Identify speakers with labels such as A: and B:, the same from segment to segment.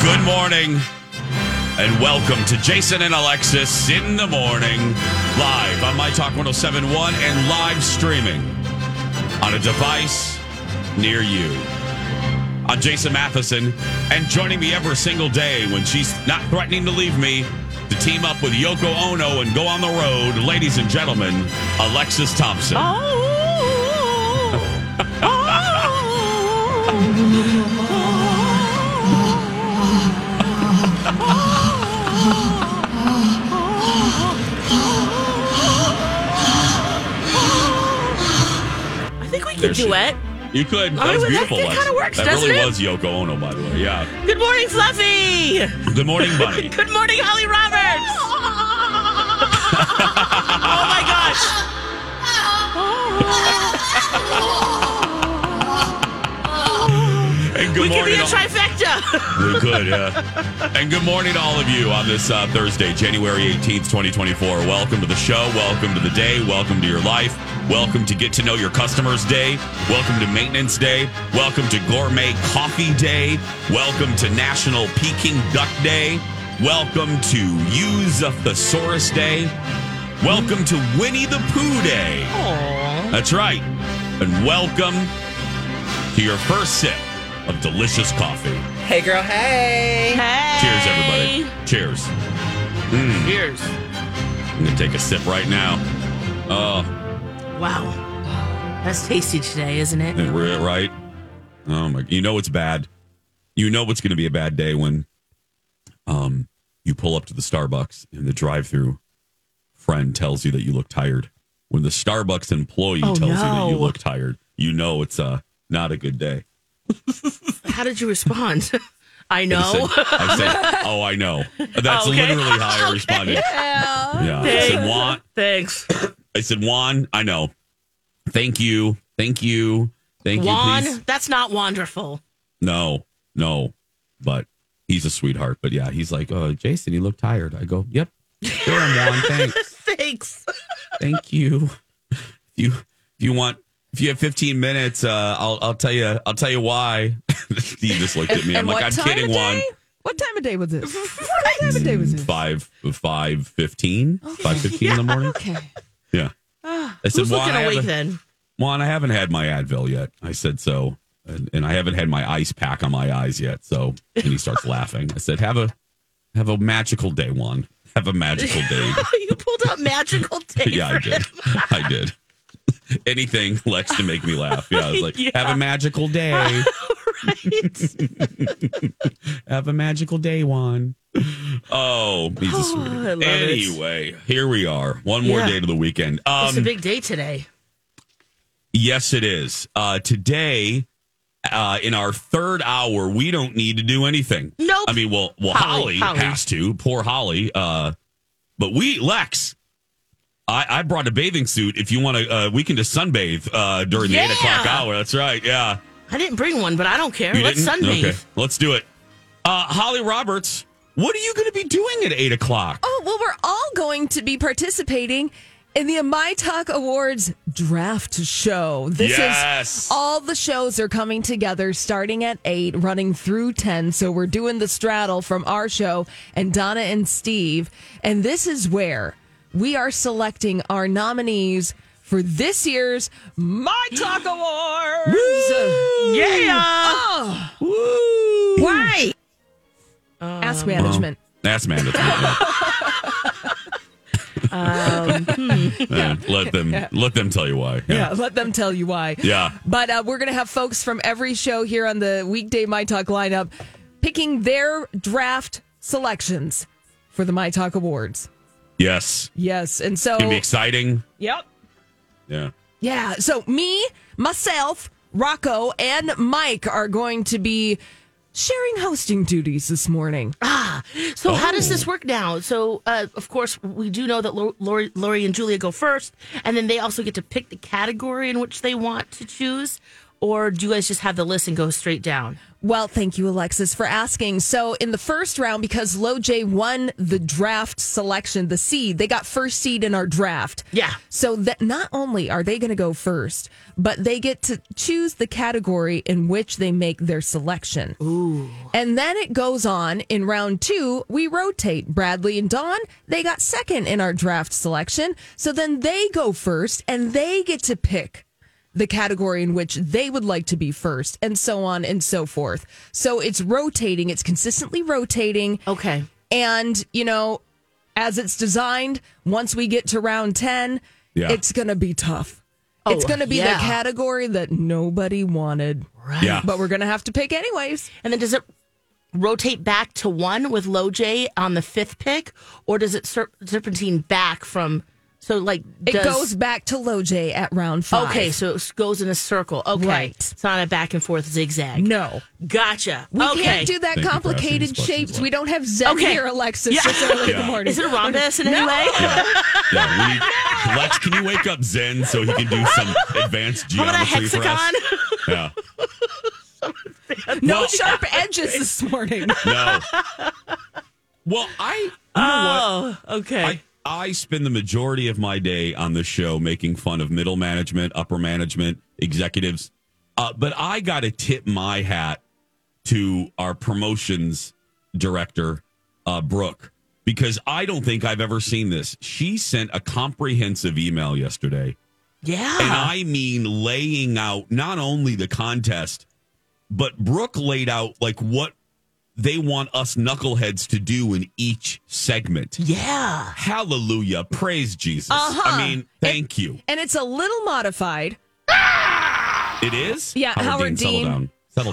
A: Good morning and welcome to Jason and Alexis in the morning, live on My Talk 1071 and live streaming on a device near you. I'm Jason Matheson, and joining me every single day when she's not threatening to leave me to team up with Yoko Ono and go on the road, ladies and gentlemen, Alexis Thompson.
B: Oh. I think we
A: There
B: could
A: she
B: duet.
A: You could. That
B: Oh,
A: was
B: that-
A: beautiful.
B: that
A: Lex.
B: kinda works,
A: That
B: doesn't
A: really
B: it?
A: was Yoko Ono, by the way. Yeah.
B: Good morning, Fluffy.
A: Good morning, Bunny.
B: Good morning, Holly Roberts. oh my gosh.
A: And good
B: We could
A: morning.
B: be a
A: all-
B: trifecta.
A: we could, yeah. And good morning to all of you on this uh, Thursday, January 18th, 2024. Welcome to the show. Welcome to the day. Welcome to your life. Welcome to Get to Know Your Customers Day. Welcome to Maintenance Day. Welcome to Gourmet Coffee Day. Welcome to National Peking Duck Day. Welcome to Use a Thesaurus Day. Welcome to Winnie the Pooh Day. That's right. And welcome to your first sip of delicious coffee.
C: Hey, girl. Hey.
B: hey.
A: Cheers, everybody. Cheers.
B: Cheers.
A: I'm going to take a sip right now. Oh,
B: Wow. That's tasty today, isn't it?
A: and we're- right? Oh, my. You know it's bad. You know it's going to be a bad day when um, you pull up to the Starbucks and the drive through friend tells you that you look tired. When the Starbucks employee
B: Oh,
A: tells you that you
B: no.
A: look tired, you know it's uh, not a good day.
B: How did you respond? I
A: I
B: know.
A: said- I said, oh, I know. That's
B: Okay.
A: literally how I responded. Yeah. I said, Juan,
B: Thanks.
A: I said, Juan, I know. Thank you. Thank you. Thank
B: Juan,
A: you. Please.
B: that's not wonderful.
A: No, no. But he's a sweetheart. But yeah, he's like, uh, Jason, you look tired. I go, yep. Sure, Juan. Thanks.
B: Thanks.
A: Thank you. If you, if you want, if you have 15 minutes, uh, I'll, I'll tell you, I'll tell you why. he just looked at me. I'm like, I'm kidding,
C: of
A: Juan.
C: day? What time of day was this? What time of day was this?
A: Five, five fifteen, five fifteen in the morning.
C: Okay.
A: Yeah.
C: Ah.
A: I said,
B: Who's looking
A: I
B: awake
A: have a-
B: then?
A: Juan, I haven't had my Advil yet. I said so. And, and I haven't had my ice pack on my eyes yet. So, and he starts laughing. I said, have a, have a magical day, Juan. Have a magical day.
B: you pulled out magical day.
A: yeah, I
B: for
A: did.
B: him.
A: I did. Anything, Lex, to make me laugh. Yeah. I was like,
B: Yeah.
A: have a magical day.
B: Right.
A: have a magical day, Juan. Oh, he's a
B: Oh,
A: sweetie.
B: I love it.
A: Anyway, here we are. One more
B: Yeah.
A: day to the weekend. Um,
B: it's a big day today.
A: Yes, it is. Uh, today, uh, in our third hour, we don't need to do anything.
B: Nope.
A: I mean, well, well, Holly,
B: Holly, Holly.
A: has to. Poor Holly. Uh, but we, Lex, I, I brought a bathing suit. If you want to, uh, we can just sunbathe uh, during the
B: Yeah.
A: eight o'clock hour. That's right. Yeah.
B: I didn't bring one, but I don't care.
A: You
B: Let's
A: didn't?
B: sunbathe.
A: Okay. Let's do it. Uh, Holly Roberts, what are you going to be doing at eight o'clock?
C: Oh, well, we're all going to be participating in the My Talk Awards draft show. This
A: Yes.
C: is all the shows are coming together starting at 8, running through 10. So we're doing the straddle from our show and Donna and Steve. And this is where we are selecting our nominees for this year's My Talk Awards.
B: Yeah.
C: Oh,
A: Woo.
B: Why?
C: ask management.
A: Um, That's mandatory. Yeah, let them let them tell you why.
C: Yeah, let them tell you why.
A: Yeah.
C: But uh, we're going to have folks from every show here on the weekday My Talk lineup picking their draft selections for the My Talk Awards.
A: Yes.
C: Yes. And so,
A: It's gonna be exciting.
C: Oh. yep.
A: Yeah.
C: Yeah. So, me, myself, Rocco, and Mike are going to be sharing hosting duties this morning.
B: So how
A: Oh.
B: does this work now? So uh, of course we do know that Lo- Lori, Lori and Julia go first, and then they also get to pick the category in which they want to choose. or do you guys just have the list and go straight down?
C: Well, thank you, Alexis, for asking. So, in the first round, because Low J won the draft selection, the seed, they got first seed in our draft.
B: Yeah.
C: So that not only are they going to go first, but they get to choose the category in which they make their selection. Ooh. And then it goes on in round two. We rotate Bradley and Dawn. They got second in our draft selection. So then they go first and they get to pick the category in which they would like to be first and so on and so forth. So it's rotating, it's consistently rotating.
B: Okay.
C: And, you know, as it's designed, once we get to round 10,
A: Yeah.
C: it's going to be tough. it's
B: Oh,
C: going to be
B: yeah.
C: the category that nobody wanted. Right.
A: Yeah.
C: But we're going to have to pick anyways.
B: And then does it rotate back to one with Low J on the fifth pick, or does it ser- serpentine back from? So like
C: It
B: does-
C: goes back to low J at round 5.
B: Okay, so it goes in a circle. Okay,
C: Right.
B: it's not a back and forth zigzag.
C: No.
B: Gotcha.
C: We
B: okay.
C: can't do
A: Thank
C: that
A: you for asking
C: complicated
A: these questions,
C: shapes.
A: Lex.
C: We don't have Zen
B: Okay.
C: here, Alexis.
B: Yeah.
C: It's early in the
A: Yeah.
C: morning.
B: Is it a rhombus in any way?
A: Yeah. yeah we, Lex, can you wake up Zen so he can do some advanced
B: How about a
A: geometry
B: hexagon?
A: for us? Yeah.
C: No
A: Well-
C: sharp edges this morning.
A: No. Well, I you know what?
B: oh, okay.
A: I, I spend the majority of my day on this show making fun of middle management, upper management, executives. Uh, but I got to tip my hat to our promotions director, uh, Brooke, because I don't think I've ever seen this. She sent a comprehensive email yesterday
B: yeah.
A: and uh, I mean laying out not only the contest, but Brooke laid out like what they want us knuckleheads to do in each segment.
B: yeah.
A: Hallelujah. Praise Jesus.
C: Uh-huh.
A: I mean, thank you.
C: And it's a little modified.
A: It is?
C: Yeah, Howard Dean.
A: Settle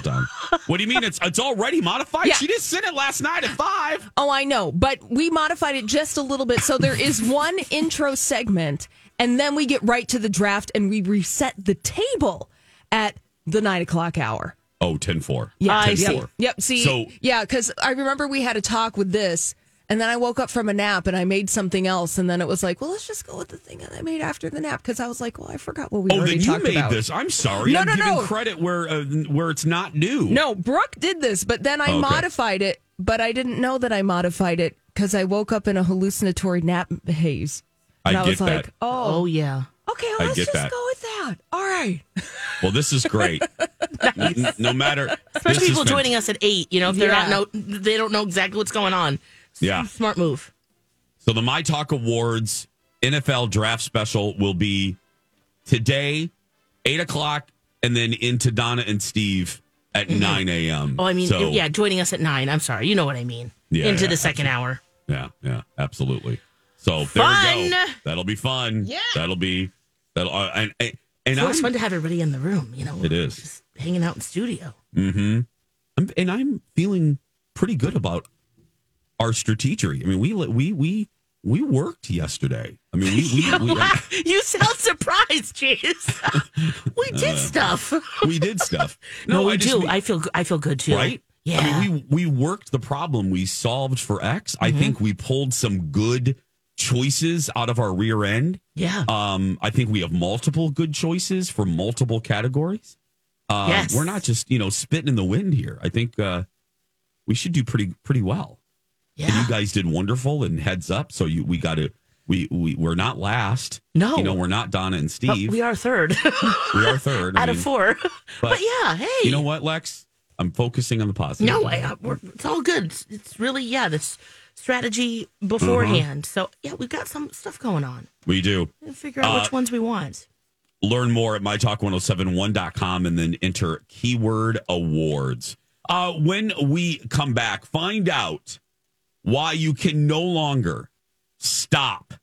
A: down. Settle down. what do you mean? It's it's already modified?
C: Yeah.
A: She just sent it last night at five.
C: Oh, I know, but we modified it just a little bit. So there is one intro segment, and then we get right to the draft and we reset the table at the nine o'clock hour.
A: Oh, 10 4.
B: Yeah. I
A: 10
B: see.
C: Yep. See,
A: So- oh,
C: yeah, because I remember we had a talk with this, and then I woke up from a nap and I made something else, and then it was like, well, let's just go with the thing that I made after the nap because I was like, well, I forgot what we
A: Oh,
C: already
A: then you
C: talked
A: made
C: about.
A: this. I'm sorry.
C: No,
A: I'm
C: no,
A: giving
C: no.
A: credit where uh, where it's not due.
C: No, Brooke did this, but then I
A: Okay.
C: modified it, but I didn't know that I modified it because I woke up in a hallucinatory nap haze.
A: I
C: And
A: get
C: was
A: that.
C: like, oh,
B: Oh yeah.
C: okay, well,
A: I
C: let's
A: get
C: just
A: that.
C: go with that. All right.
A: Well, this is great. N- no matter
B: Especially
A: this
B: people
A: is fan-
B: joining us at eight. You know, if they're
C: Yeah.
B: not know, they don't know exactly what's going on.
A: Yeah.
B: Smart move.
A: So the My Talk Awards NFL Draft Special will be today, eight o'clock, and then into Donna and Steve at nine a.m.
B: Oh, I mean,
A: So,
B: yeah, joining us at nine. I'm sorry. You know what I mean.
A: Yeah,
B: Into
A: yeah,
B: the second hour.
A: yeah, yeah, absolutely. So there we go.
B: Fun.
A: That'll be fun.
B: Yeah.
A: that'll be that'll uh, and and, and
B: It's always
A: I'm,
B: fun to have everybody in the room. You know,
A: It is.
B: Just hanging out in studio.
A: I'm and I'm feeling pretty good about our strategery. I mean, we we we we worked yesterday. I mean, we we, uh, we,
B: you sound surprised, jeez. we did stuff.
A: we did stuff.
B: No,
A: Uh,
B: we
A: I just
B: do.
A: mean-
B: I feel. g- I feel good too.
A: Right?
B: Yeah. Mm-hmm.
A: I mean, we we worked the problem. We solved for X. I think we pulled some good choices out of our rear end.
B: yeah.
A: Um, I think we have multiple good choices for multiple categories. Um,
B: Yes.
A: We're not just you know spitting in the wind here. I think uh, we should do pretty pretty well. And
B: yeah.
A: you guys did wonderful and heads up. So you we got to we we we're not last.
B: No.
A: you know we're not Donna and
B: But
A: Steve.
B: we are third
A: we are third I
B: out of
A: mean,
B: four.
A: but-
B: But, yeah, hey.
A: You know what, Lex? I'm focusing on the positive.
B: No, I, uh, we're, it's all good. It's, it's really yeah. This strategy beforehand.
A: Mm-hmm.
B: So yeah, we've got some stuff going on.
A: we do.
B: We'll figure
A: Uh,
B: out which ones we want.
A: Learn more at mytalk1071.com and then enter keyword awards. Uh, when we come back, find out why you can no longer stop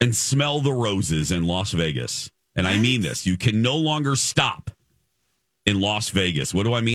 A: and smell the roses in Las Vegas. And I mean this you can no longer stop in Las Vegas. What do I mean?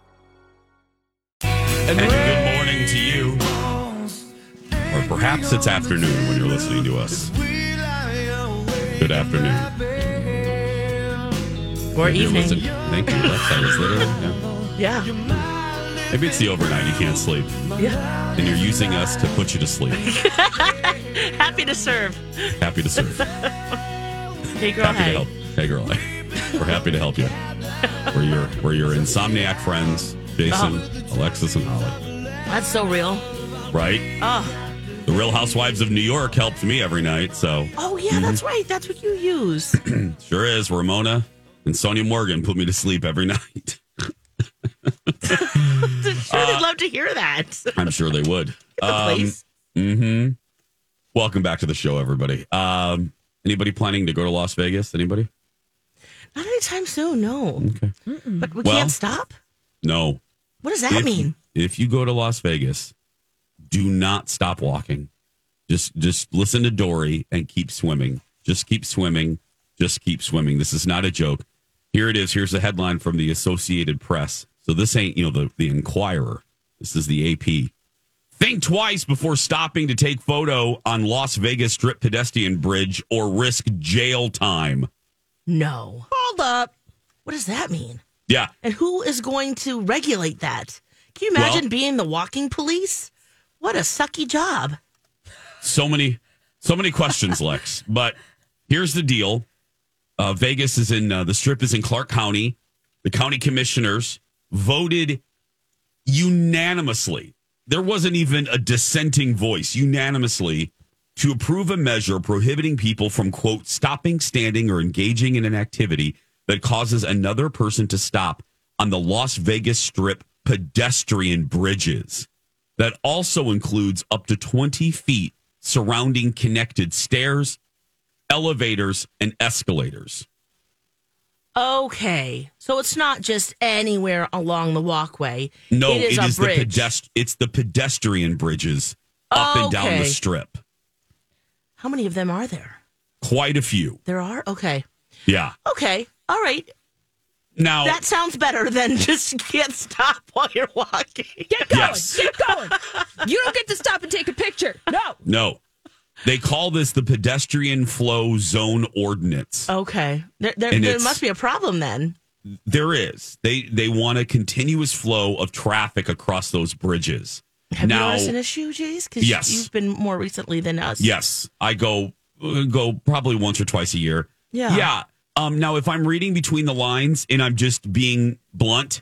A: And good morning to you. Or perhaps it's afternoon when you're listening to us. Good afternoon.
B: Or
A: If you're
B: evening.
A: listen- Thank you. That's, I was literally. yeah.
B: Yeah.
A: Maybe it's the overnight you can't sleep.
B: Yeah.
A: And you're using us to put you to sleep.
B: Happy to serve.
A: Happy to serve.
B: Hey, girl,
A: happy to
B: hey.
A: help. Hey, girl. We're happy to help you. We're your, we're your insomniac friends, Jason, Alexis, and Holly.
B: That's so real.
A: Right?
B: Oh,
A: The Real Housewives of New York helped me every night, so
B: oh yeah,
A: Mm-hmm.
B: that's right. That's what you use.
A: sure is. Ramona and Sonia Morgan put me to sleep every night.
B: sure, they'd love to hear that.
A: I'm sure they would. Uh, Um,
B: Please.
A: hmm Welcome back to the show, everybody. Um, anybody planning to go to Las Vegas? Anybody?
B: Not anytime soon, no.
A: Okay.
B: But we
A: Well-
B: can't stop?
A: No.
B: What does that
A: if,
B: mean?
A: If you go to Las Vegas, do not stop walking. Just just listen to Dory and keep swimming. Just keep swimming. Just keep swimming. This is not a joke. Here it is. Here's the headline from the Associated Press. So this ain't, you know, the, the Inquirer. This is the AP. Think twice before stopping to take photo on Las Vegas Strip pedestrian bridge or risk jail time.
B: No.
C: Hold up.
B: What does that mean?
A: Yeah.
B: And who is going to regulate that? Can you imagine
A: Well-
B: being the walking police? What a sucky job.
A: so many so many questions lex but here's the deal uh, vegas is in uh, the strip is in clark county the county commissioners voted unanimously there wasn't even a dissenting voice unanimously to approve a measure prohibiting people from quote stopping standing or engaging in an activity that causes another person to stop on the las vegas strip pedestrian bridges that also includes up to 20 feet surrounding connected stairs, elevators, and escalators.
B: Okay. So it's not just anywhere along the walkway.
A: No,
B: it is a
A: the
B: bridge.
A: pedest- it's the pedestrian bridges up and down the
B: Okay.
A: strip.
B: How many of them are there?
A: Quite a few.
B: There are? Okay.
A: Yeah.
B: Okay. All right.
A: Now
B: That sounds better than just can't stop while you're walking.
C: Get going.
A: Yes.
C: Get going. you don't get to stop and take a picture. No.
A: no. They call this the pedestrian flow zone ordinance.
B: Okay. There, there,
A: And
B: there
A: it's-
B: must be a problem then.
A: There is. They they want a continuous flow of traffic across those bridges.
B: Have you
A: now
B: noticed an issue, Jace? Because
A: Yes.
B: you've been more recently than us.
A: Yes, I go uh, go probably once or twice a year.
B: Yeah.
A: Yeah. Um, now, if I'm reading between the lines and I'm just being blunt,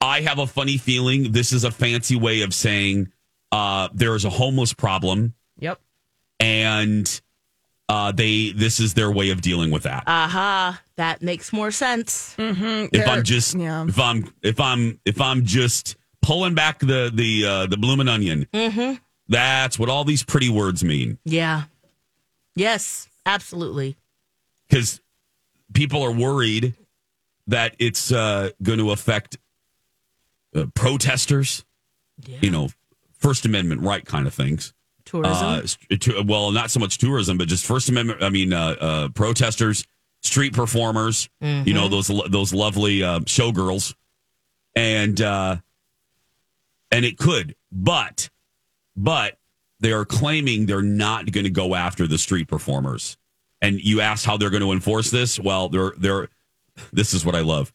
A: I have a funny feeling this is a fancy way of saying uh, there is a homeless problem,
C: Yep.
A: and uh, they this is their way of dealing with that.
B: Aha. That makes more sense.
A: if
C: They're-
A: I'm just
C: yeah.
A: if I'm if I'm if I'm just pulling back the the uh, the bloomin' onion, that's what all these pretty words mean.
B: Yeah. Yes. Absolutely.
A: because people are worried that it's uh, going to affect uh, protesters,
B: Yeah.
A: you know, First Amendment right kind of things.
B: Tourism.
A: Uh, st- to, well, not so much tourism, but just First Amendment. I mean, uh, uh, protesters, street performers, you know, those lo- those lovely uh, showgirls, and uh, and it could, but but they are claiming they're not going to go after the street performers. And you asked how they're going to enforce this. Well, they're they're. This is what I love.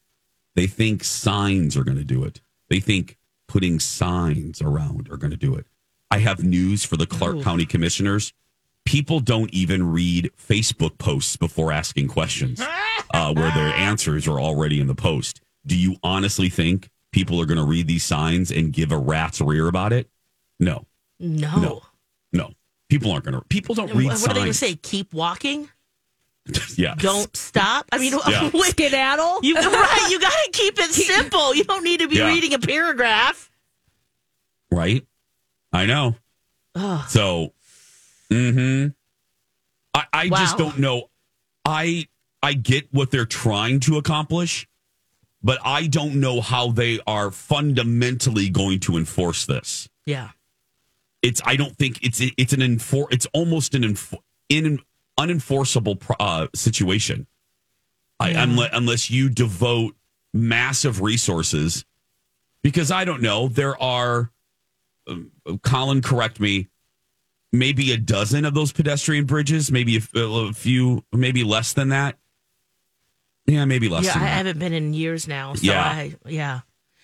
A: They think signs are going to do it. They think putting signs around are going to do it. I have news for the Clark County commissioners. People don't even read Facebook posts before asking questions, uh, where their answers are already in the post. Do you honestly think people are going to read these signs and give a rat's rear about it? No,
B: No.
A: no, no. People aren't going to. People don't
B: And
A: read
B: What what are they going to
A: signs.
B: say? Keep walking.
A: yeah,
B: Don't stop. I mean,
A: Yeah.
B: wait,
C: Skedaddle?
B: you right. You got to keep it simple. You don't need to be
A: Yeah.
B: reading a paragraph.
A: right? I know.
B: Ugh.
A: So, mm-hmm. I, I just
B: Wow.
A: don't know. I I get what they're trying to accomplish, but I don't know how they are fundamentally going to enforce this.
B: Yeah.
A: It's I don't think it's it's an enfor it's almost an infor- in unenforceable pro- uh, situation. I unless, unless you devote massive resources, because I don't know there are. um, Colin, correct me. Maybe a dozen of those pedestrian bridges, maybe a, f- a few, maybe less than that. Yeah, maybe less
B: yeah, I
A: than that.
B: haven't been in years now. So
A: Yeah.
B: I, yeah.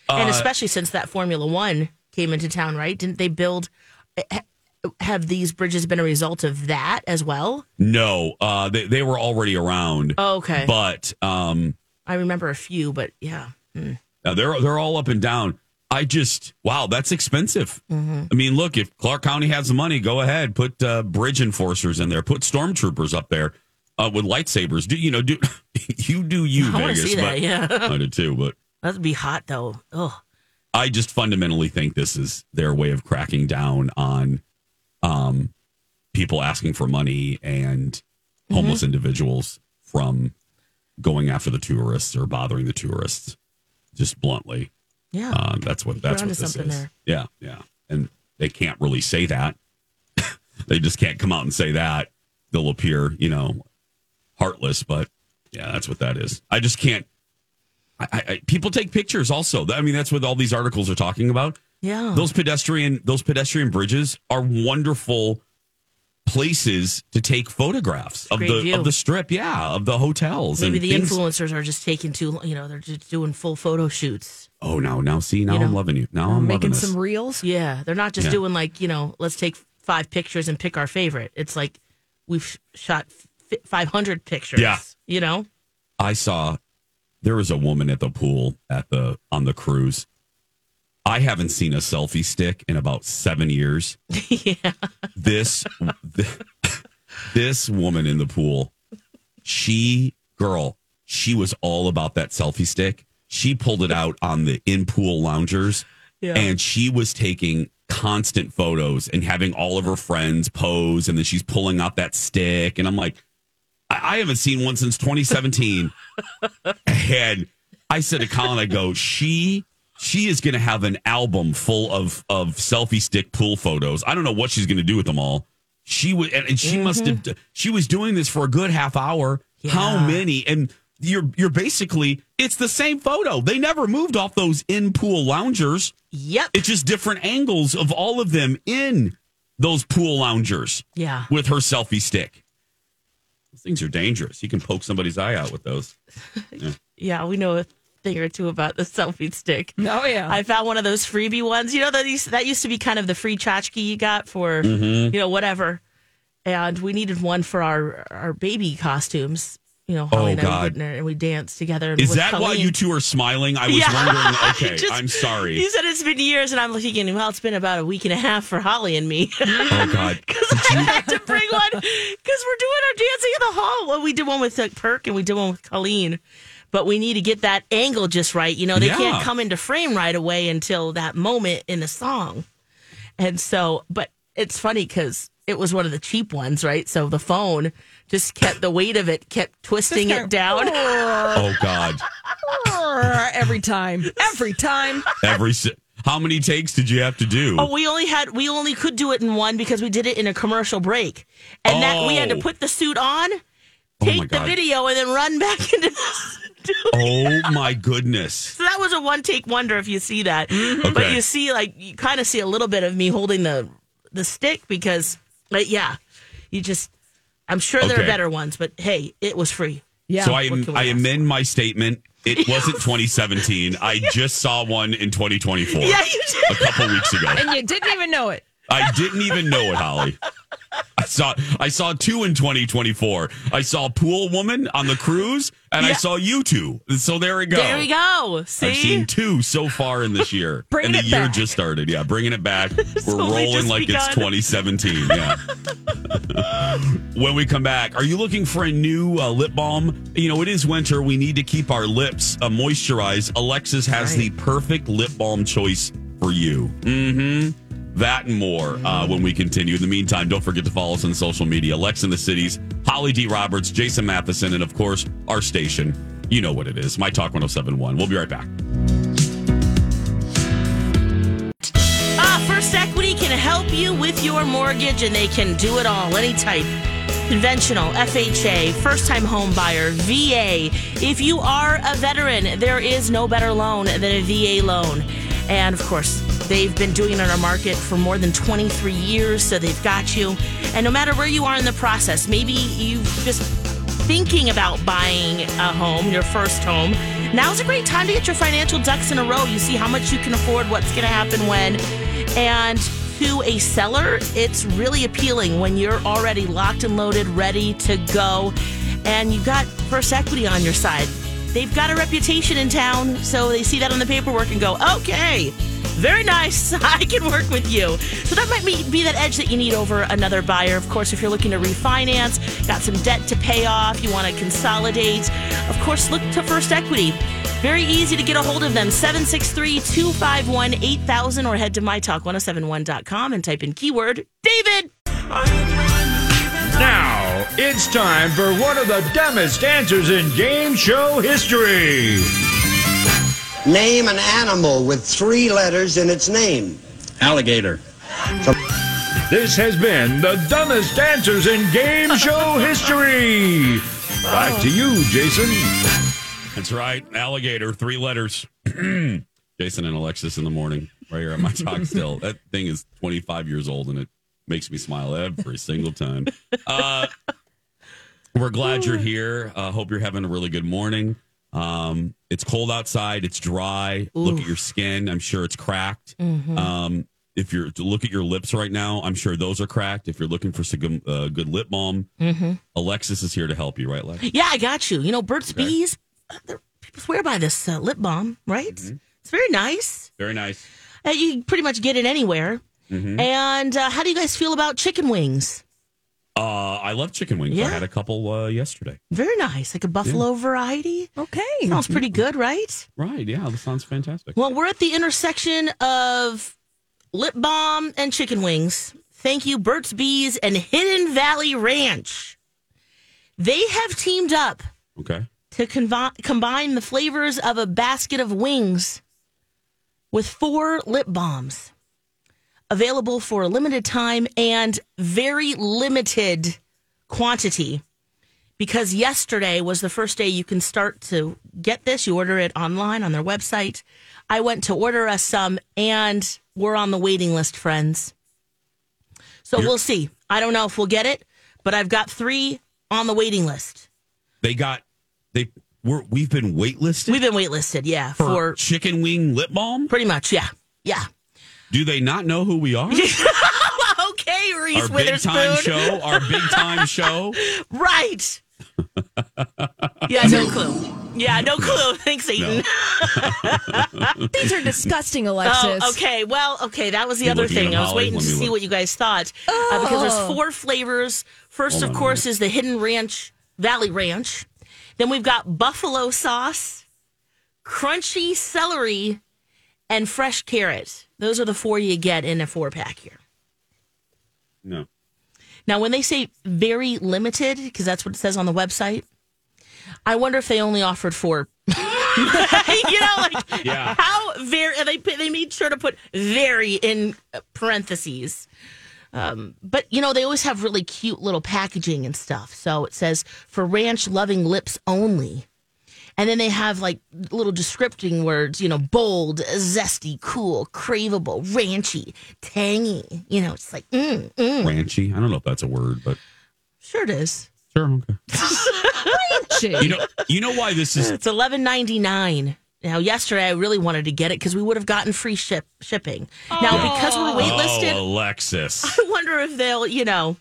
B: and
A: Uh,
B: especially since that Formula One came into town, right? Didn't they build? eh, ha- Have these bridges been a result of that as well?
A: no, uh, they they were already around,
B: Oh, okay,
A: but um,
B: I remember a few, but yeah, Mm.
A: uh, they're they're all up and down. I just wow, that's expensive.
B: Mm-hmm.
A: I mean, look, if Clark County has the money, go ahead, put uh, bridge enforcers in there, put stormtroopers up there uh, with lightsabers. Do you know? Do you do you?
B: I want to
A: Vegas,
B: see that.
A: but-
B: Yeah,
A: I do too, but.
B: that'd be hot though. Oh,
A: I just fundamentally think this is their way of cracking down on um, people asking for money and
B: Mm-hmm.
A: homeless individuals from going after the tourists or bothering the tourists. Just bluntly,
B: yeah.
A: um, that's what that's what
B: onto
A: this
B: something
A: is.
B: there.
A: Yeah, yeah, and they can't really say that. they just can't come out and say that. They'll appear, you know, heartless. But yeah, that's what that is. I just can't. I, I, I people take pictures. Also, I mean, that's what all these articles are talking about
B: yeah.
A: those pedestrian those pedestrian bridges are wonderful places to take photographs of
B: Great
A: the
B: view.
A: of the strip yeah of the hotels
B: Maybe
A: and
B: the
A: things.
B: influencers are just taking too. long. You know, they're just doing full photo shoots.
A: oh now now see now
B: You know,
A: i'm loving you now i'm loving
C: Making
A: this.
C: some reels?
B: Yeah, they're not just
A: Yeah.
B: doing like you know, let's take five pictures and pick our favorite. It's like we've shot f- five hundred pictures.
A: Yeah.
B: you know.
A: I saw there was a woman at the pool at the on the cruise. I haven't seen a selfie stick in about seven years. yeah. This this woman in the pool, she girl, she was all about that selfie stick. She pulled it out on the in pool loungers
B: Yeah.
A: and she was taking constant photos and having all of her friends pose and then she's pulling out that stick and I'm like I, I haven't seen one since 2017. and I said to Colin, I go, she she is going to have an album full of of selfie stick pool photos. I don't know what she's going to do with them all. She was, and, and she must have. She was doing this for a good half hour. How
B: Yeah.
A: many? And you're you're basically it's the same photo. They never moved off those in pool loungers.
B: Yep.
A: It's just different angles of all of them in those pool loungers
B: yeah.
A: with her selfie stick. Those things are dangerous. You can poke somebody's eye out with those.
B: Yeah, we know a thing or two about the selfie stick.
C: Oh, yeah.
B: I found one of those freebie ones. You know that used, that used to be kind of the free tchotchke you got for
A: Mm-hmm.
B: you know whatever. And we needed one for our our baby costumes. You know,
A: Oh,
B: Holly and I we
A: God.
B: went in there and we danced together. And
A: Is
B: with
A: that why
B: Colleen.
A: you two are smiling? I was
B: Yeah.
A: wondering. Okay,
B: Just-
A: I'm sorry.
B: You said it's been years, and I'm looking. Well, it's been about a week and a half for Holly and me.
A: oh God.
B: because I had to bring one because we're doing our dancing in the hall. Well, we did one with uh, Perk and we did one with Colleen, but we need to get that angle just right. You know, they
A: Yeah.
B: can't come into frame right away until that moment in the song. And so, but it's funny because it was one of the cheap ones, right? So the phone just kept the weight of it kept twisting it down.
A: Oh God.
C: Every time. Every time.
A: Every si- how many takes did you have to do?
B: Oh, we only had we only could do it in one because we did it in a commercial break, and that we had to
A: Oh.
B: put the suit on,
A: Oh, my
B: take the
A: God.
B: video, and then run back into. the
A: Oh, my goodness.
B: So that was a one take wonder if you see that. But
A: Okay.
B: you see, like, you kind of see a little bit of me holding the the stick because, like, yeah, you just. I'm sure there
A: Okay.
B: are better ones, but hey, it was free.
C: Yeah.
A: so I
B: what can we
A: I
B: ask
A: amend my statement. It wasn't 2017. I just saw one in 2024.
B: Yeah, you did.
A: A couple weeks ago.
C: And you didn't even know it.
A: I didn't even know it, Holly. I saw I saw two in 2024. I saw Pool Woman on the cruise, and I saw you two. So there we go.
B: There we go. See?
A: I've seen two so far in this year.
C: Bring
A: and the
C: it
A: year
C: back.
A: just started. Yeah, bringing it back. We're
B: only
A: rolling
B: just
A: like it's
B: begun.
A: 2017. Yeah. when we come back, are you looking for a new uh, lip balm? You know, it is winter. We need to keep our lips uh, moisturized. Alexis has the perfect lip balm choice for you. hmm. That and more
B: Mm-hmm.
A: uh, when we continue. In the meantime, don't forget to follow us on social media Lex in the Cities, Holly D. Roberts, Jason Matheson, and of course, our station. You know what it is My Talk 1071. We'll be right back.
B: Uh, First Equity can help you with your mortgage, and they can do it all, any type. Conventional, FHA, first time home buyer, VA. If you are a veteran, there is no better loan than a VA loan. And of course, they've been doing it in our market for more than 23 years, so they've got you. And no matter where you are in the process, maybe you've just thinking about buying a home, your first home, now's a great time to get your financial ducks in a row. You see how much you can afford, what's going to happen when. And to a seller, it's really appealing when you're already locked and loaded, ready to go, and you've got First Equity on your side. They've got a reputation in town, so they see that on the paperwork and go, okay, very nice. I can work with you. So that might be, be that edge that you need over another buyer. Of course, if you're looking to refinance, got some debt to pay off, you want to consolidate, of course, look to First Equity. Very easy to get a hold of them 763 251 8000 or head to mytalk1071.com and type in keyword David.
D: Now it's time for one of the dumbest answers in game show history.
E: Name an animal with three letters in its name.
F: Alligator.
D: This has been the dumbest answers in game show history. Back to you, Jason.
A: That's right. Alligator, three letters. Jason and Alexis in the morning, right here on my talk still. That thing is 25 years old and it makes me smile every single time. Uh, we're glad you're here. Uh, hope you're having a really good morning. Um, it's cold outside, it's dry. Look at your skin. I'm sure it's cracked. Um, if you're to look at your lips right now, I'm sure those are cracked. If you're looking for some uh, good lip balm, Alexis is here to help you, right, Lex?
B: Yeah, I got you. You know, Burt's Bees, uh, they're- people swear by this uh, lip balm, right? It's very nice.
A: Very nice.
B: Uh, you can pretty much get it anywhere. And uh, how do you guys feel about chicken wings?
A: Uh, I love chicken wings. I
B: Yeah.
A: had a couple uh, yesterday.
B: Very nice, like a buffalo variety.
C: Okay.
B: Sounds pretty good, right?
A: Right? Yeah, that sounds fantastic.
B: Well, we're at the intersection of lip balm and chicken wings. Thank you, Burt's Bees and Hidden Valley Ranch. They have teamed up
A: Okay.
B: to convi- combine the flavors of a basket of wings with four lip balms available for a limited time and very limited quantity because yesterday was the first day you can start to get this you order it online on their website i went to order us some and we're on the waiting list friends so we'll see i don't know if we'll get it but i've got three on the waiting list
A: They got they we're we've been waitlisted
B: We've been waitlisted, yeah,
A: for
B: for,
A: chicken wing lip balm.
B: pretty much, yeah, yeah.
A: Do they not know who we are?
B: okay,
A: our
B: Reese
A: big time
B: Witherspoon,
A: show. Our big time show.
B: right? yeah, no clue. Yeah, no clue. Thanks, Aiden.
C: These are disgusting, Alexis.
B: Oh, okay. Well, okay. That was the
A: You
B: other
A: looking
B: thing.
A: at
B: I was
A: Holly?
B: waiting
A: Let
B: to
A: me
B: see
A: look.
B: what you guys thought uh, because there's four flavors. First,
A: Hold
B: of
A: on a
B: course, is the Hidden Ranch Valley Ranch. Then we've got buffalo sauce, crunchy celery, and fresh carrot. Those are the four you get in a four pack here.
A: No.
B: Now, when they say very limited, because that's what it says on the website, I wonder if they only offered four. you know, like
A: Yeah.
B: how very and they put- they made sure to put very in parentheses. Um, but you know, they always have really cute little packaging and stuff. So it says for ranch loving lips only. And then they have like little descripting words, you know, bold, zesty, cool, craveable, ranchy, tangy. You know, it's like, mm,
A: Ranchy. I don't know if that's a word, but
B: sure it is.
A: Sure. Okay. You
C: Gee.
A: know, you know why this is
B: It's eleven ninety nine. Now, yesterday I really wanted to get it because we would have gotten free ship shipping. Now, because we're waitlisted,
A: Oh, Alexis.
B: I wonder if they'll, you know,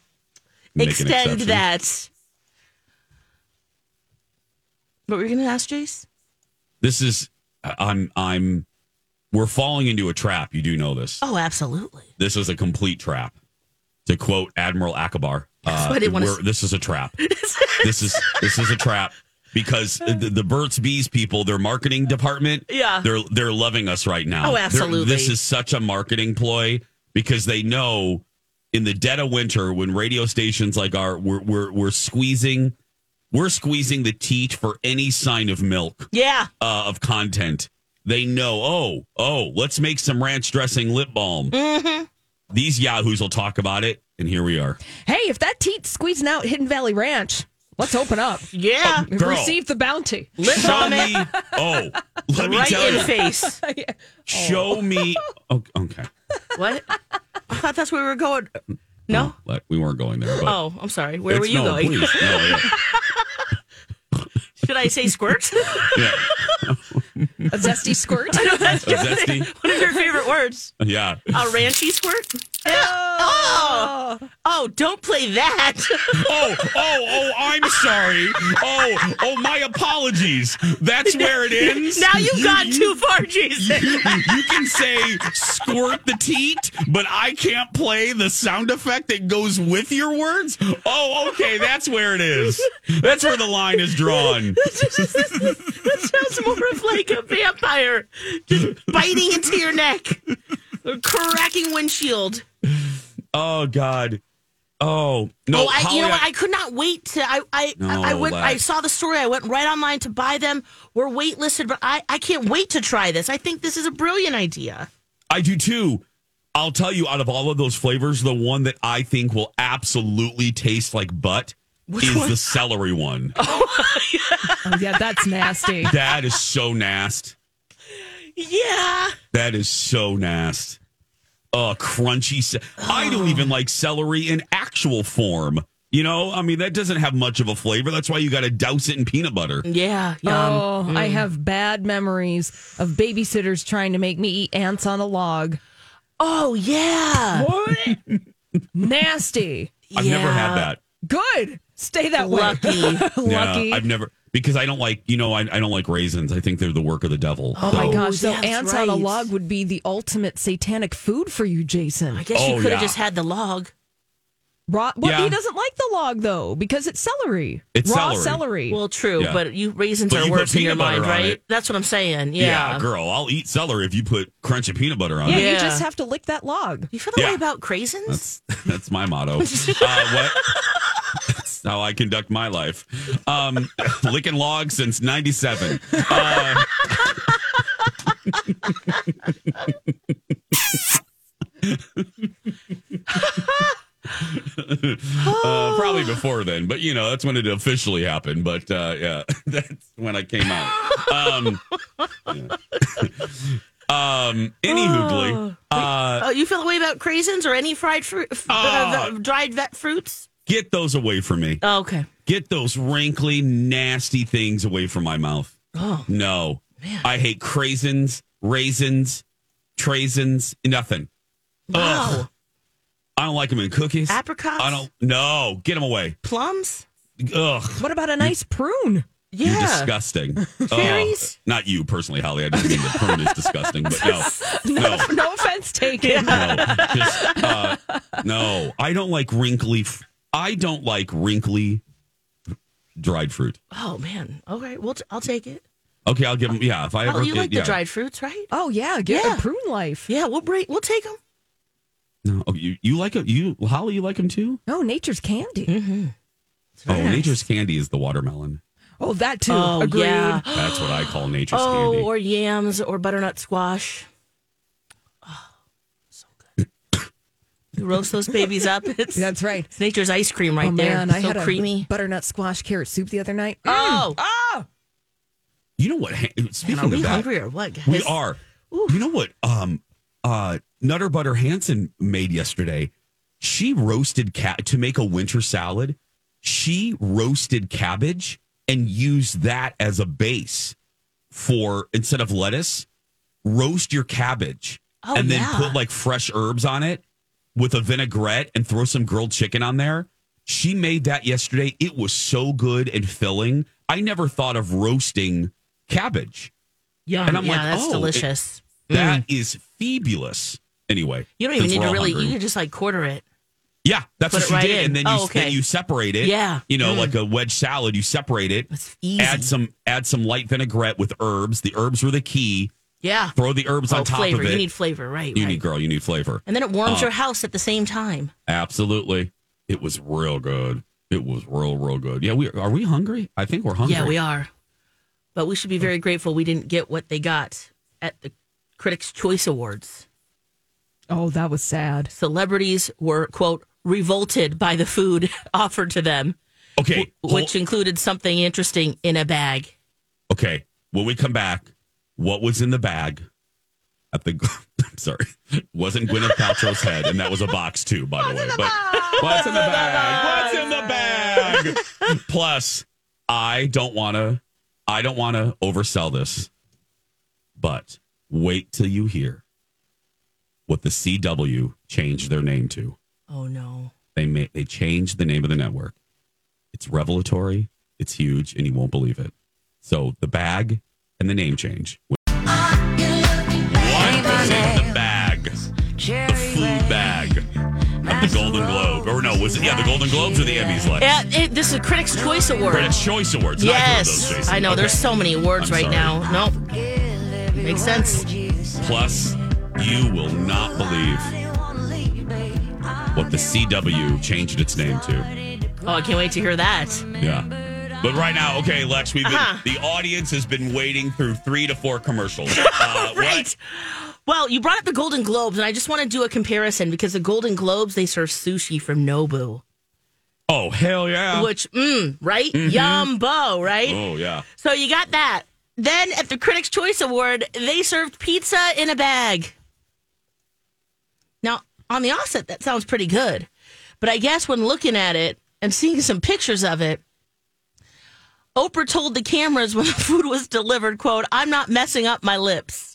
A: Make an
B: extend
A: exception.
B: that. What were you going to ask, Jace?
A: This is I'm I'm we're falling into a trap. You do know this.
B: Oh, absolutely.
A: This is a complete trap. To quote Admiral Akabar, uh,
B: what I didn't wanna
A: we're-
B: s-
A: this is a trap. this is this is a trap because the, the Burt's Bees people, their marketing department,
B: Yeah.
A: they're they're loving us right now.
B: Oh,
A: They're-
B: absolutely.
A: this is such a marketing ploy because they know in the dead of winter when radio stations like our we're we're, we're squeezing we're squeezing the teat for any sign of milk
B: Yeah.
A: uh, of content. They know, oh, oh, let's make some ranch dressing lip balm.
B: Mm-hmm.
A: These yahoos will talk about it, and here we are.
C: Hey, if that teat's squeezing out Hidden Valley Ranch, let's open up.
B: Yeah.
A: Girl.
C: Receive the bounty.
B: Lip
A: Show
B: balm it
A: me, oh, let me
B: right
A: tell
B: in
A: you,
B: face.
A: show me. Oh, okay,
B: What? I thought that's where we were going. No?
A: Let- we weren't going there. But
B: Oh, I'm sorry. Where
A: It's-
B: were you
A: no,
B: going?
A: please, no, yeah,
B: Should I say squirt?
A: yeah.
C: A zesty squirt.
A: A zesty,
B: One of your favorite words.
A: yeah.
B: A ranchy squirt? Oh. oh. don't play that.
A: Oh, oh, oh! I'm sorry. Oh, oh, my apologies. That's where it ends.
B: now you've gone too far, Jason.
A: you can say squirt the teat, but I can't play the sound effect that goes with your words. Oh, okay, that's where it is. That's where the line is drawn.
B: That sounds more of like a vampire just biting into your neck, or cracking windshield.
A: Oh God. Oh no.
B: oh, I,
A: Holly,
B: you know what? I could not wait to. I I,
A: No,
B: I I went. I
A: Lex.
B: saw the story. I went right online to buy them. We're waitlisted, but I I can't wait to try this. I think this is a brilliant idea.
A: I do too. I'll tell you, out of all of those flavors, the one that I think will absolutely taste like butt is the celery one.
C: oh, yeah, that's nasty.
A: That is so nasty.
B: Yeah.
A: That is so nasty. Oh, crunchy. ce- I don't even like celery in actual form. You know, I mean, that doesn't have much of a flavor. That's why you got to douse it in peanut butter.
B: Yeah. Yum.
A: Um,
C: Oh, I have bad memories of babysitters trying to make me eat ants on a log.
B: Oh yeah.
C: Nasty.
A: I've never had
B: Yeah.
A: that.
C: Good. Stay that way.
B: Lucky.
C: Lucky.
A: Yeah, I've never, because I don't like, you know, I, I don't like raisins. I think they're the work of the devil.
C: Oh my
A: So-
C: gosh, so
B: that's
C: ants on a
B: right.
C: log would be the ultimate satanic food for you, Jason.
B: I guess
A: Oh,
B: you could have
A: yeah.
B: just had the log.
C: Raw, well,
A: Yeah.
C: he doesn't like the log though because it's celery.
A: It's
C: raw
A: celery.
C: celery.
B: Well, true,
A: Yeah.
B: but you raisins
A: But
B: are
A: you put
B: worse in your
A: peanut butter
B: mind,
A: on
B: right?
A: it.
B: That's what I'm saying.
A: yeah.
B: Yeah.
A: girl, I'll eat celery if you put crunch and peanut butter on
C: yeah,
A: it.
C: you
B: yeah.
C: just have to lick that log.
B: You feel that
A: Yeah.
B: way about craisins?
A: That's my motto. Uh, what? That's how I conduct my life. Um, licking logs since '97. Uh, uh, probably before then, but you know that's when it officially happened. But uh, yeah, that's when I came out. Um, yeah. um, any hoogly. Uh,
B: Oh, you feel the way about craisins or any fried fruit, f- uh,
A: Oh.
B: v- dried vet fruits?
A: get those away from me.
B: Oh, okay.
A: Get those wrinkly, nasty things away from my mouth.
B: Oh.
A: No. I hate craisins, raisins, traisins, nothing.
B: Wow.
A: Ugh. I don't like them in cookies.
B: Apricots?
A: I don't. No, get them away.
B: Plums?
A: Ugh.
C: What about a nice prune?
B: Yeah.
A: You're disgusting. Ugh.
B: Cherries?
A: not you personally, Holly. I just mean the prune is disgusting, but no.
C: No, no offense taken.
A: No, just, uh, no, I don't like wrinkly. f- I don't like wrinkly dried fruit.
B: Oh, man. Okay. Well, t- I'll take it.
A: Okay, I'll give them. Yeah, if I ever
B: Oh, you
A: get-
B: like
A: yeah.
B: the dried fruits, right?
C: Oh yeah, get yeah.
B: Yeah.
C: a prune life.
B: Yeah, we'll break. We'll take them.
A: No, oh, you you like them? You Holly, you like them too?
C: No, nature's candy.
A: Oh, nature's candy is the watermelon.
C: Oh, that too.
B: Oh,
C: Agreed.
B: yeah.
A: That's what I call nature's
B: Oh,
A: candy.
B: or yams or butternut squash. Oh, so good. you roast those babies up. It's,
C: That's right.
B: it's nature's ice cream right
C: Oh
B: there.
C: man,
B: so
C: I had
B: creamy.
C: a butternut squash carrot soup the other night.
B: Oh.
C: oh,
A: you know what? ha- Speaking
B: Are
A: of
B: we
A: that,
B: hungry or what? Guys?
A: we are. You know what? Um, uh, Nutter Butter Hansen made yesterday. She roasted cat to make a winter salad. she roasted cabbage and used that as a base for instead of lettuce, roast your cabbage
B: Oh,
A: and then
B: yeah.
A: put like fresh herbs on it with a vinaigrette and throw some grilled chicken on there. She made that yesterday. It was so good and filling. I never thought of roasting cabbage.
B: Yum.
A: And I'm
B: yeah,
A: like,
B: that's
A: oh, it-
B: delicious.
A: That is fabulous. Anyway,
B: Mm. you don't even
A: since
B: need
A: we're
B: to
A: all
B: really.
A: hungry.
B: You can just like quarter it.
A: Yeah, that's what
B: Put it
A: she
B: right
A: did,
B: in.
A: and then you
B: Oh, okay.
A: then you separate it.
B: Yeah.
A: you know, like a wedge salad. You separate it.
B: It's easy.
A: Add some add some light vinaigrette with herbs. The herbs were the key.
B: Yeah.
A: Throw the herbs
B: Oh,
A: on top
B: flavor.
A: of it.
B: You need flavor, right?
A: You
B: right.
A: need, uh, girl. You need flavor.
B: and then it warms your house at the same time.
A: Absolutely. It was real good. It was real, real good. Yeah, we are we hungry? I think we're hungry.
B: Yeah, we are. But we should be very grateful we didn't get what they got at the Critics' Choice Awards.
C: Oh, that was sad.
B: Celebrities were, quote, revolted by the food offered to them,
A: Okay.
B: wh- which included something interesting in a bag.
A: Okay. When we come back, what was in the bag at the I'm sorry. Wasn't Gwyneth Paltrow's head, and that was a box too, by the way. but what's in the bag? What's in the bag? Plus, I don't wanna I don't wanna oversell this. But wait till you hear what the CW changed their name to.
B: Oh, no.
A: They made they changed the name of the network. It's revelatory. It's huge, and you won't believe it. So the bag and the name change. What was in the bag? The food bag at the Golden Globe, or no? Was it yeah the Golden Globes or the Emmys? Like
B: Yeah, it, this is Critics' Choice Award.
A: Critics' Choice Awards. Neither of those,
B: Yes.
A: Jason.
B: I know.
A: Okay.
B: There's so many awards
A: I'm
B: right
A: sorry.
B: now. Nope. Makes sense.
A: Plus, you will not believe what the CW changed its name to.
B: Oh, I can't wait to hear that.
A: Yeah. But right now, okay, Lex, we've been,
B: Uh-huh.
A: the audience has been waiting through three to four commercials. Uh,
B: Right. Well, you brought up the Golden Globes, and I just want to do a comparison because the Golden Globes, they serve sushi from Nobu,
A: what- Oh hell yeah!
B: which, mm, right? Yumbo, right?
A: Mm-hmm. Oh yeah.
B: So you got that. Then at the Critics' Choice Award, they served pizza in a bag. Now, on the offset, that sounds pretty good. But I guess when looking at it and seeing some pictures of it, Oprah told the cameras when the food was delivered, quote, I'm not messing up my lips.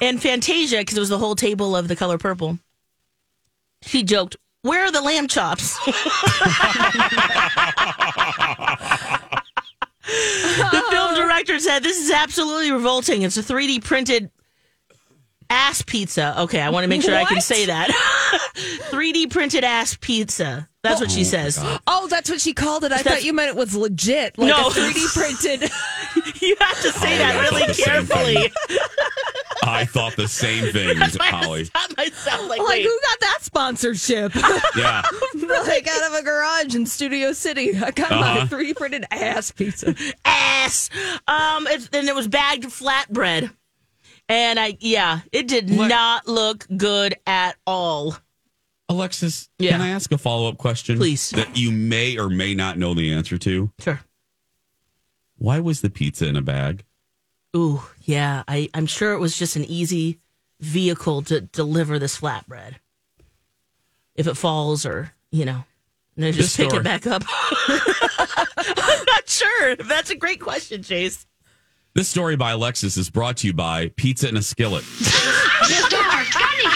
B: and Fantasia, because it was the whole table of the color purple, she joked, Where are the lamb chops? the film director said, This is absolutely revolting. It's a 3D printed ass pizza. Okay, I want to make sure I can
C: What?
B: say that. 3D printed ass pizza. That's what she says.
C: Oh, that's what she called it. I
B: That's-
C: thought you meant it was legit, like
B: No.
C: a 3D printed.
B: You have to say
A: Holly, Oh, I
B: that
A: thought
B: really
A: the same
B: carefully.
A: thing. I thought the same thing,
B: I had to
A: Holly.
B: stop myself like,
C: like,
B: wait.
C: who got that sponsorship?
A: Yeah.
C: like out of a garage in Studio City. I got my 3D printed ass pizza.
B: ass. Um, it's, and it was bagged flatbread, and I yeah, it did not look good at all.
A: Alexis,
B: Yeah.
A: can I ask a follow up question?
B: Please.
A: That you may or may not know the answer to.
B: Sure.
A: Why was the pizza in a bag?
B: Ooh, yeah. I I'm sure it was just an easy vehicle to deliver this flatbread. If it falls, or you know, and then
A: This
B: just pick
A: story-
B: it back up. I'm not sure. That's a great question, Chase.
A: This story by Alexis is brought to you by Pizza in a Skillet.
F: There are 20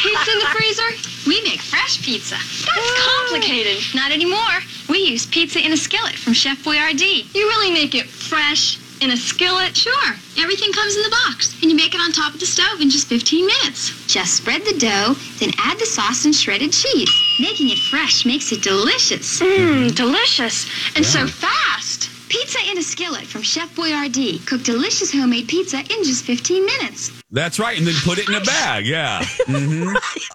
F: pizza in the freezer. We make fresh pizza. That's complicated. Not anymore. We use pizza in a skillet from Chef Boyardee. You really make it fresh in a skillet? Sure. Everything comes in the box, and you make it on top of the stove in just 15 minutes. Just spread the dough, then add the sauce and shredded cheese. Making it fresh makes it delicious. Mmm, delicious. And so fast. Pizza in a skillet from Chef Boyardee. Cook delicious homemade pizza in just 15 minutes.
A: That's right, and then put it in a bag. Yeah.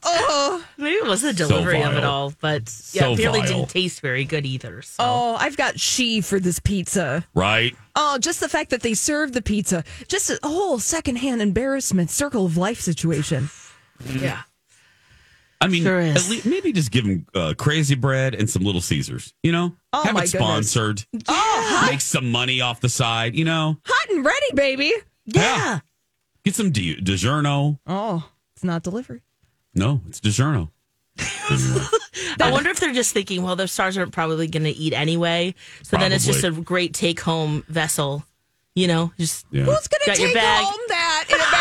C: Oh.
B: Maybe it was the delivery of it
A: vile.
B: all, but yeah,
A: So
B: apparently
A: vile.
B: didn't taste very good either. So.
C: Oh, I've got she for this pizza.
A: Right.
C: Oh, just the fact that they serve the pizza. Just a whole secondhand embarrassment, circle of life situation.
B: yeah.
A: I mean,
B: Sure is.
A: at least, maybe just give them uh, crazy bread and some little Caesars. You know,
C: Oh,
A: have
C: my
A: it
C: goodness.
A: sponsored. Oh, Make some money off the side. You know,
C: Hot and ready, baby.
A: Yeah. get some di- DiGiorno.
C: Oh, it's not delivery.
A: No, it's DiGiorno.
B: I wonder if they're just thinking, well, the stars aren't probably going to eat anyway. So then it's just a
A: Probably.
B: great take home vessel, you know? Just
A: Yeah.
C: Who's going to
B: Got your
C: take
B: bag.
C: home that in a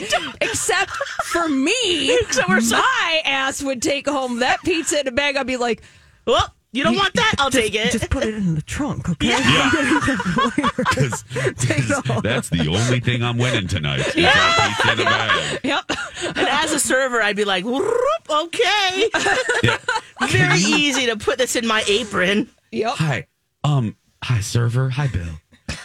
C: bag? Except for me.
B: Except for some-
C: my ass would take home that pizza in a bag. I'd be like,
B: Well, you don't want that. I'll take it.
C: just put it in the trunk, okay?
A: Yeah. 'Cause- 'cause that's the only thing I'm winning tonight. Yeah. Pizza in a bag.
C: Yep.
B: and as a server, I'd be like, "Whoop, okay,
A: Yeah.
B: very easy to put this in my apron.
C: Yep.
A: Hi. Um, hi, server. Hi, Bill.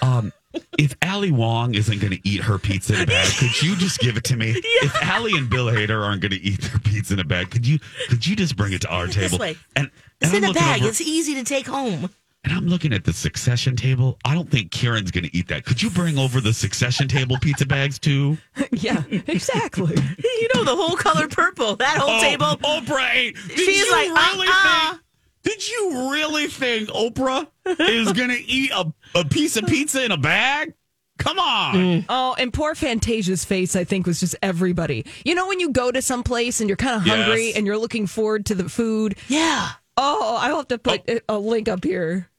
A: Um, if Allie Wong isn't going to eat her pizza in a bag, could you just give it to me? If Allie and Bill Hader aren't going to eat their pizza in a bag, could you could you just bring it to our
B: this
A: table?
B: way.
A: And, and
B: It's
A: I'm
B: in a
A: looking
B: bag.
A: over-
B: It's easy to take home.
A: and I'm looking at the succession table. I don't think Karen's going to eat that. Could you bring over the succession table pizza bags too?
C: Yeah, exactly.
B: You know the whole color purple. That whole
A: Oh,
B: table.
A: Oprah ate. Did
B: She's
A: you
B: like,
A: really
B: uh-uh.
A: think? Did you really think Oprah is gonna eat a, a piece of pizza in a bag? Come on.
B: Mm-hmm.
C: Oh, and poor Fantasia's face, I think, was just everybody. You know, when you go to some place and you're kind of hungry
A: Yes.
C: and you're looking forward to the food.
B: Yeah.
C: Oh, I'll have to put a link up here.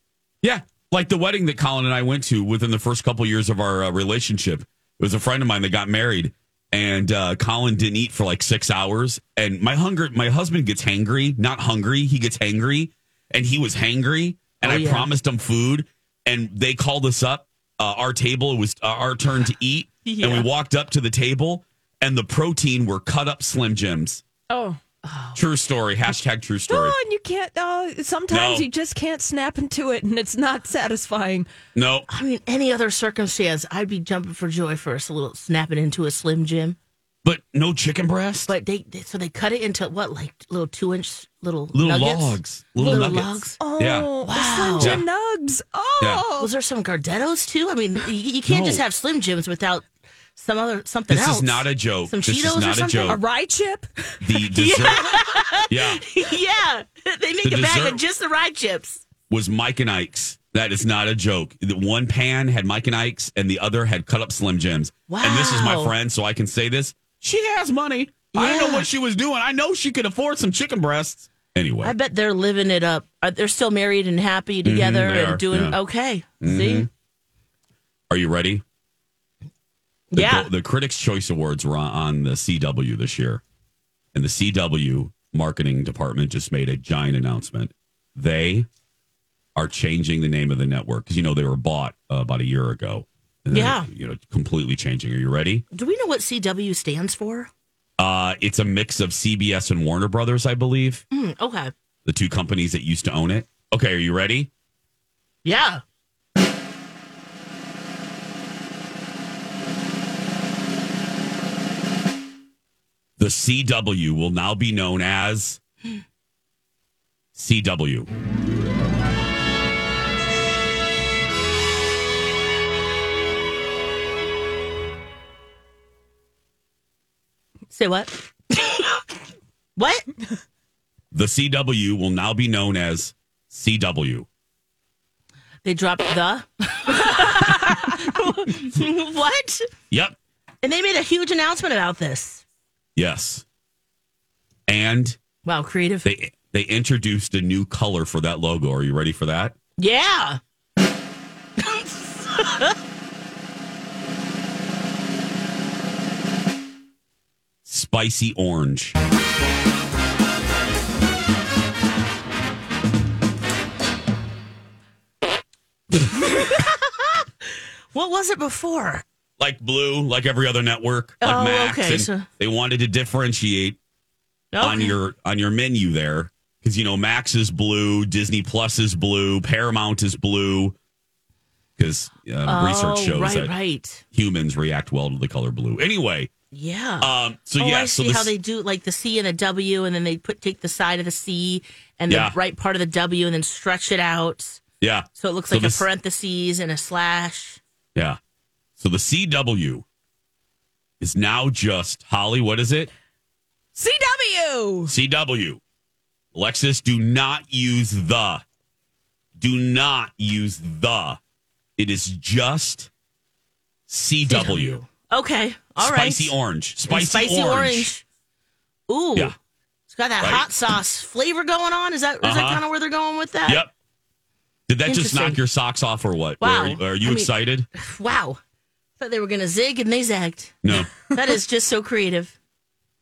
A: Yeah, like the wedding that Colin and I went to within the first couple years of our uh, relationship. It was a friend of mine that got married, and uh, Colin didn't eat for like six hours. And my hunger, my husband gets hangry, not hungry. He gets hangry, and he was hangry. And I promised him food, and they called us up. Uh, our table it was uh, our turn to eat, and we walked up to the table, and the protein were cut up Slim Jims.
C: Oh.
A: True story. Hashtag true story.
C: No, and you can't. Uh, sometimes
A: No.
C: you just can't snap into it, and it's not satisfying.
A: No,
B: I mean, any other circumstance, I'd be jumping for joy for a little snapping into a slim jim.
A: but no chicken breast.
B: But they, they so they cut it into what like little two inch little
A: little
B: nuggets?
A: logs, little,
B: Little
A: nuggets.
B: logs?
C: Oh,
A: Yeah.
C: wow.
B: Wow.
C: Slim Jim Nugs. Oh,
B: Was there some Gardettos too? I mean, you, you can't
A: No.
B: just have Slim Jims without some other something
A: This
B: else.
A: is not a joke.
B: Some
A: this is
B: Cheetos or
A: not a
B: something?
A: joke.
C: a rye chip.
A: The dessert, yeah,
B: yeah, they make
A: The
B: a bag
A: dessert-
B: of just the rye chips.
A: was Mike and Ike's. That is not a joke. The one pan had Mike and Ike's, and the other had cut up Slim Jims. And this is my
B: Wow.
A: friend, so I can say this. She has money. I don't know
B: Yeah.
A: what she was doing. I know she could afford some chicken breasts. Anyway,
B: I bet they're living it up. Are- They're still married and happy together
A: Mm-hmm, they
B: and
A: are,
B: doing
A: yeah. Mm-hmm.
B: okay. See,
A: are you ready? The,
B: yeah,
A: Go- the Critics' Choice Awards were on, on the CW this year, and the CW marketing department just made a giant announcement. They are changing the name of the network because you know they were bought uh, about a year ago. And they're,
B: Yeah.
A: you know, completely changing. Are you ready?
B: do we know what CW stands for?
A: Uh, it's a mix of CBS and Warner Brothers, I believe,
B: Hmm, okay,
A: the two companies that used to own it. Okay, are you ready?
B: yeah,
A: The CW will now be known as CW.
B: say what? what?
A: The CW will now be known as CW.
B: They dropped the what?
A: Yep.
B: And they made a huge announcement about this.
A: Yes. And
B: Wow, creative.
A: they they introduced a new color for that logo. Are you ready for that?
B: yeah.
A: Spicy orange.
B: What was it before?
A: Like blue, like every other network, like
B: Oh,
A: Max.
B: okay,
A: and
B: so-
A: They wanted to differentiate on
B: Okay.
A: your on your menu there because you know Max is blue, Disney Plus is blue, Paramount is blue. Because um, research
B: Oh,
A: shows
B: right,
A: that
B: right.
A: humans react well to the color blue. Anyway,
B: Yeah.
A: um, so
B: oh,
A: yeah,
B: I
A: so
B: see
A: this,
B: how they do like the C and a W, and then they put take the side of the C and
A: Yeah.
B: the right part of the W, and then stretch it out
A: yeah,
B: so it looks
A: So
B: like
A: this-
B: a parentheses and a slash.
A: Yeah. So the CW is now just Holly. What is it?
C: CW.
A: CW. Lexus, do not use the. Do not use the. It is just CW.
B: Okay, all right.
A: Spicy orange.
B: And
A: Spicy, orange.
B: orange. Ooh,
A: Yeah.
B: it's got that
A: Right.
B: hot sauce flavor going on. Is that is that
A: Uh-huh.
B: kind of where they're going with that?
A: Yep. Did that just
B: Interesting.
A: knock your socks off or what?
B: Wow.
A: Are, you- are you
B: I mean-
A: excited?
B: Wow. Thought they were gonna zig and they zagged.
A: No.
B: That is just so creative.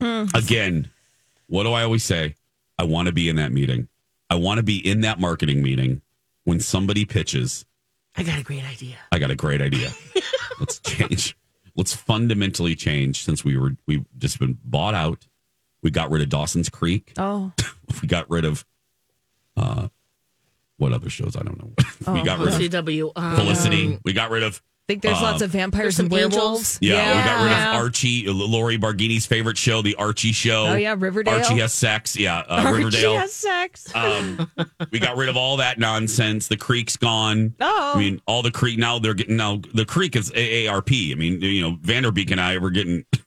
A: Again, what do I always say? I want to be in that meeting. I want to be in that marketing meeting when somebody pitches,
B: I got a great idea.
A: I got a great idea. Let's change. Let's fundamentally change since we were we just been bought out. We got rid of Dawson's Creek.
C: Oh,
A: We got rid of uh what other shows? I don't know.
C: Oh,
A: we got rid of
B: CW. Um,
A: Felicity. We got rid of
C: think there's lots of vampires
B: some
C: and
B: angels.
C: werewolves.
A: Uh, Yeah, we got rid
B: Yeah.
A: of Archie, Lori Barghini's favorite show, The Archie Show.
C: Oh, yeah, Riverdale.
A: Archie has sex. Yeah, uh,
C: She
A: Riverdale.
C: has sex.
A: Um, we got rid of all that nonsense. The creek's gone.
C: Oh.
A: I mean, all the creek now they're getting now the creek is AARP. I mean, you know, Vanderbeek and I were getting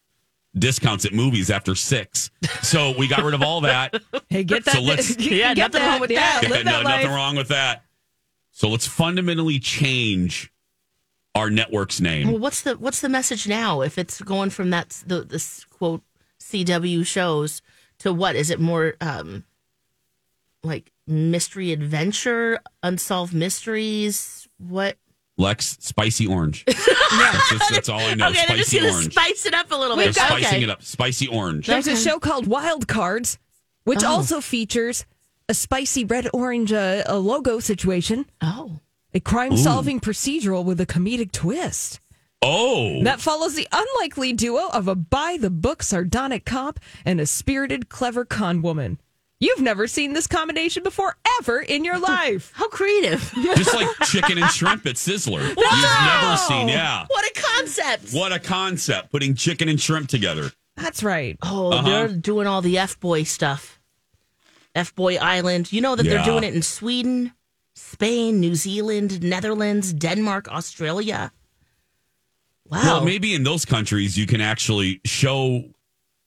A: discounts at movies after six. So we got rid of all that.
C: hey, get that.
A: so let's-
B: Yeah,
C: get
B: nothing
C: that.
B: wrong with
C: yeah,
B: that.
A: Yeah,
C: Live that
A: no- nothing
C: life.
A: wrong with that. So let's fundamentally change our network's name.
B: Well, what's the what's the message now? If it's going from that s- the this quote CW shows to what is it more um like mystery adventure, unsolved mysteries? What?
A: Lex, spicy orange. that's, just- that's all I know.
B: okay, they're just
A: spicy
B: gonna
A: orange.
B: spice it up a little
A: They're
B: bit.
A: spicing
B: okay.
A: it up. Spicy orange.
C: There's a show called Wild Cards, which also features a spicy red orange uh, a logo situation,
B: Oh,
C: a crime solving procedural with a comedic twist.
A: Oh,
C: That follows the unlikely duo of a by the book sardonic cop and a spirited, clever con woman. You've never seen this combination before, ever in your life.
B: how creative!
A: just like chicken and shrimp at Sizzler. You've never seen. Yeah.
B: What a concept!
A: What a concept. Putting chicken and shrimp together.
C: That's right.
B: Oh,
A: Uh-huh.
B: they're doing all the F boy stuff. F boy island. You know that
A: Yeah.
B: they're doing it in Sweden, Spain, New Zealand, Netherlands, Denmark, Australia. Wow.
A: Well, maybe in those countries you can actually show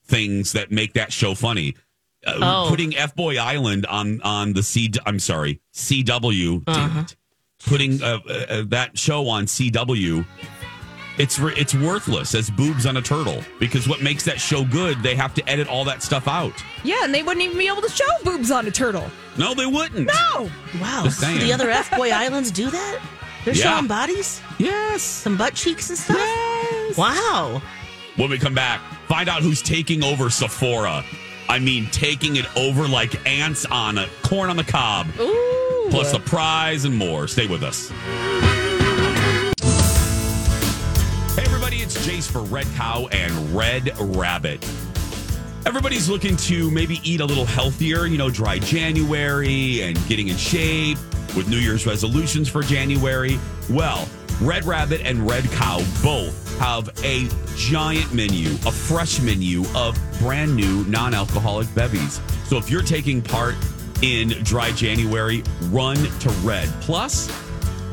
A: things that make that show funny. Uh,
B: Oh.
A: Putting F Boy Island on on the C. I'm sorry, CW.
B: Uh-huh.
A: Damn it. Putting uh, uh, uh, that show on CW. It's re- it's worthless as boobs on a turtle because what makes that show good? They have to edit all that stuff out.
C: Yeah, and they wouldn't even be able to show boobs on a turtle. Oh.
A: No, they wouldn't.
C: No!
B: wow.
A: Just saying.
B: The other F boy islands do that? They're
A: Yeah.
B: showing bodies?
A: Yes.
B: Some butt cheeks and stuff? Wow.
A: When we come back, find out who's taking over Sephora. I mean, taking it over like ants on a corn on the cob.
B: Ooh.
A: plus a prize and more. Stay with us. Hey, everybody, it's Jace for Red Cow and Red Rabbit. Everybody's looking to maybe eat a little healthier, you know, dry January and getting in shape with New Year's resolutions for January. Well, Red Rabbit and Red Cow both have a giant menu, a fresh menu of brand new non alcoholic bevies. So if you're taking part in dry January, run to Red. Plus,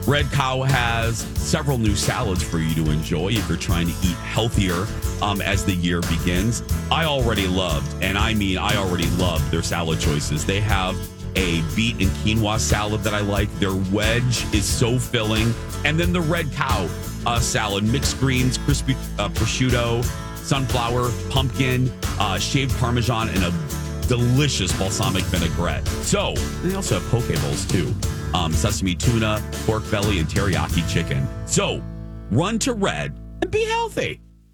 A: Red Cow has several new salads for you to enjoy if you're trying to eat healthier um, as the year begins. I already loved, and I mean, I already loved their salad choices. They have a beet and quinoa salad that I like. Their wedge is so filling. And then the Red Cow uh, salad, mixed greens, crispy uh, prosciutto, sunflower, pumpkin, uh, shaved parmesan, and a delicious balsamic vinaigrette. So they also have poke bowls too, um, sesame tuna, pork belly, and teriyaki chicken. So run to Red and be healthy.